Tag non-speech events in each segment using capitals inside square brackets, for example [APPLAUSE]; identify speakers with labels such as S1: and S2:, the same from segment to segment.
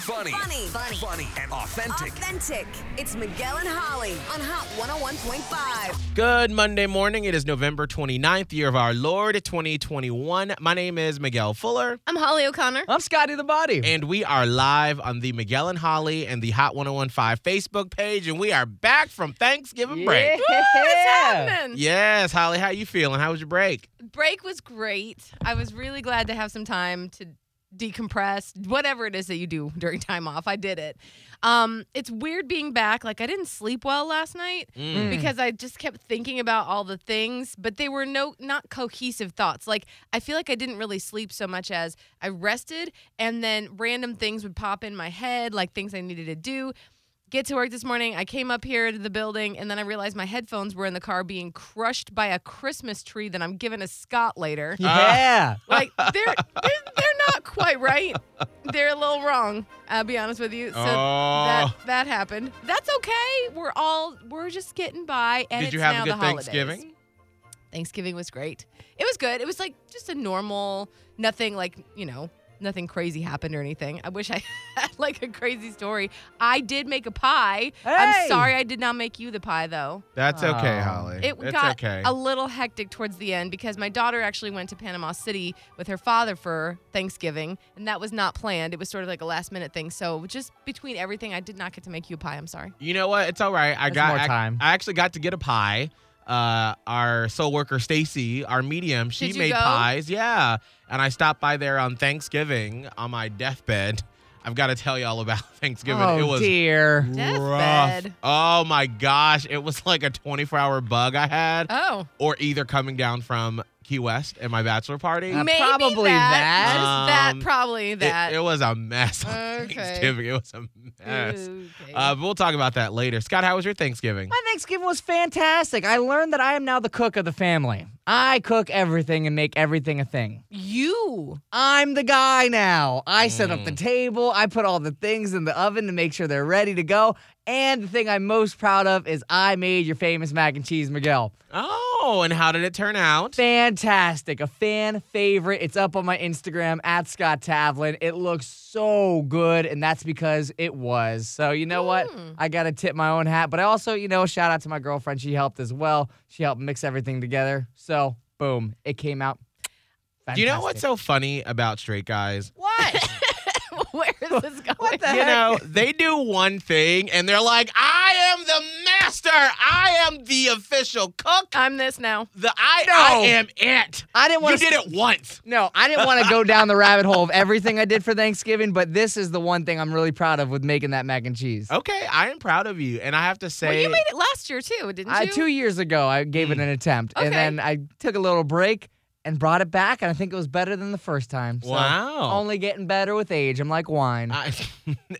S1: Funny.
S2: Funny. Funny.
S1: Funny and authentic.
S2: Authentic. It's Miguel and Holly on Hot 101.5.
S3: Good Monday morning. It is November 29th, year of our Lord 2021. My name is Miguel Fuller,
S4: I'm Holly O'Connor.
S5: I'm Scotty the Body.
S3: and we are live on the Miguel and Holly and the Hot 1015 Facebook page, and we are back from Thanksgiving
S4: [LAUGHS]
S3: break.
S4: Happening.
S3: Yes, Holly, how you feeling? How was your break?
S4: Break was great. I was really glad to have some time to decompress, whatever it is that you do during time off. I did it. Um, it's weird being back. Like I didn't sleep well last night because I just kept thinking about all the things, but they were no not cohesive thoughts. Like I feel like I didn't really sleep so much as I rested and then random things would pop in my head, like things I needed to do. get to work this morning. I came up here to the building and then I realized my headphones were in the car being crushed by a Christmas tree that I'm giving a Scott later.
S5: Yeah.
S4: [LAUGHS] Like they're, they're they're not quite right. They're a little wrong. I'll be honest with you. So that that happened. That's okay. We're all we're just getting by. And
S3: Did you
S4: it's
S3: have
S4: now
S3: a
S4: the
S3: good
S4: holidays.
S3: Thanksgiving?
S4: Thanksgiving was great. It was good. It was like just a normal, nothing like, you know, nothing crazy happened or anything. I [LAUGHS] wish I had like a crazy story. I did make a pie.
S5: Hey!
S4: I'm sorry I did not make you the pie though.
S3: That's okay,
S5: Oh.
S3: Holly.
S4: It
S3: That's
S4: got
S3: okay.
S4: a little hectic towards the end because my daughter actually went to Panama City with her father for Thanksgiving, and that was not planned. It was sort of like a last minute thing. So just between everything, I did not get to make you a pie. I'm sorry.
S3: You know what? It's all right. I
S5: There's
S3: got
S5: more
S3: I,
S5: time.
S3: I actually got to get a pie. Uh, our soul worker Stacy, our medium, she
S4: Did you
S3: made
S4: go?
S3: pies. Yeah, and I stopped by there on Thanksgiving on my deathbed. I've got to tell y'all about [LAUGHS] Thanksgiving.
S5: oh
S3: it was
S5: dear.
S3: rough.
S4: Deathbed.
S3: Oh my gosh, it was like a 24-hour bug I had,
S4: Oh.
S3: or either coming down from Key West and my bachelor party.
S5: Uh,
S3: It-
S4: Maybe
S5: probably
S4: that.
S5: that.
S4: Just
S3: Um,
S4: that, probably that.
S3: It, was a mess. on
S4: Okay.
S3: Thanksgiving, it was a mess.
S4: Okay.
S3: Uh, but we'll talk about that later. Scott, how was your Thanksgiving?
S5: My Thanksgiving was fantastic. I learned that I am now the cook of the family. I cook everything and make everything a thing.
S4: you.
S5: I'm the guy now. I set up
S3: Mm.
S5: the table. I put all the things in the oven to make sure they're ready to go. And the thing I'm most proud of is I made your famous mac and cheese, Miguel.
S3: Oh, and how did it turn out?
S5: Fantastic. A fan favorite. It's up on my Instagram at Scott Tavlin. It looks so good, and that's because it was. So, you know what? I got to tip my own hat, but I also, you know, shout out to my girlfriend. She helped as well. She helped mix everything together. So, boom, it came out.
S3: Do you know what's
S5: fantastic.
S3: so funny about straight
S5: [LAUGHS]
S3: guys?
S4: [LAUGHS] Where is this going?
S3: You know, they do one thing and they're like, I am the master. I am the official cook.
S4: I'm this now.
S3: The I, I
S5: No.
S3: am it.
S5: I didn't
S3: You
S5: want
S3: did it once.
S5: No, I didn't want to go down the rabbit hole of everything I did for Thanksgiving, but this is the one thing I'm really proud of with making that mac and cheese.
S3: Okay, I am proud of you. And I have to
S4: Well,
S3: say,
S4: you made it last year too, didn't you?
S5: Uh, two years ago, I gave
S3: Mm.
S5: it an attempt, and
S4: Okay.
S5: then I took a little break and brought it back, and I think it was better than the first time. So,
S3: Wow.
S5: Only getting better with age. I'm like
S3: [LAUGHS]
S5: wine.
S3: I,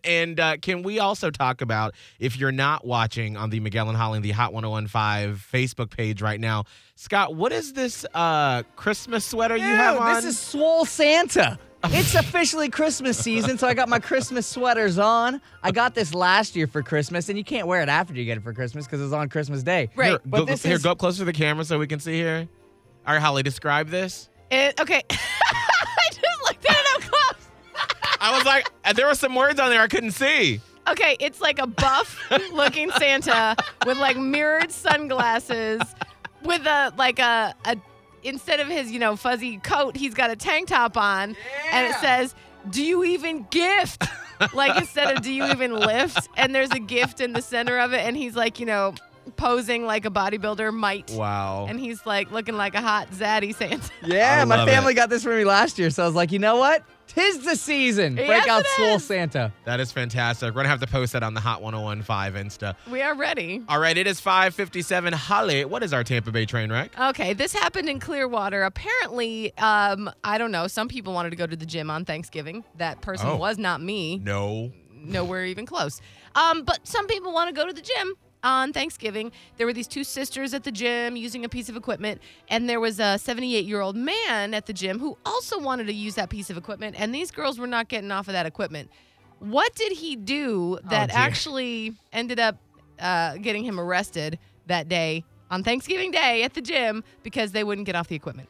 S3: and uh, can we also talk about if you're not watching on the Miguel and Holly, the Hot 1015 Facebook page right now, Scott, what is this uh, Christmas sweater you have
S5: Ew,
S3: on?
S5: This is Swole Santa. It's officially Christmas season, so I got my Christmas sweaters on. I got this last year for Christmas, and you can't wear it after you get it for Christmas because it's on Christmas Day.
S4: Right.
S3: Here,
S5: But
S3: go,
S5: this
S3: here,
S5: is-
S3: go up closer to the camera so we can see here. All right, Holly, describe this.
S4: It- okay. [LAUGHS] I just looked at it up close.
S3: I was like, [LAUGHS] there were some words on there I couldn't see.
S4: Okay, it's like a buff looking Santa with like mirrored sunglasses with a like a, a instead of his, you know, fuzzy coat, he's got a tank top on and it says, "Do you even gift?" like instead of "Do you even lift?" and there's a gift in the center of it and he's like, you know, posing like a bodybuilder might.
S3: Wow.
S4: And he's like looking like a hot zaddy Santa.
S5: Yeah,
S3: I
S5: my
S3: love
S5: family got this for me last year, so I was like, you know what? Tis the season. Break
S4: Yes,
S5: out
S4: it
S5: Swole
S4: is.
S5: Santa.
S3: that is fantastic. We're going to have to post that on the Hot 1015 Insta.
S4: We are ready.
S3: All right, it is 557. Holly, what is our Tampa Bay train wreck?
S4: Okay, this happened in Clearwater. Apparently, um, I don't know. Some people wanted to go to the gym on Thanksgiving. That person
S3: Oh.
S4: was not me.
S3: No.
S4: Nowhere even close. Um, but some people want to go to the gym. on Thanksgiving, there were these two sisters at the gym using a piece of equipment, and there was a 78 year old man at the gym who also wanted to use that piece of equipment, and these girls were not getting off of that equipment. What did he do that
S5: dear.
S4: actually ended up uh, getting him arrested that day on Thanksgiving Day at the gym because they wouldn't get off the equipment?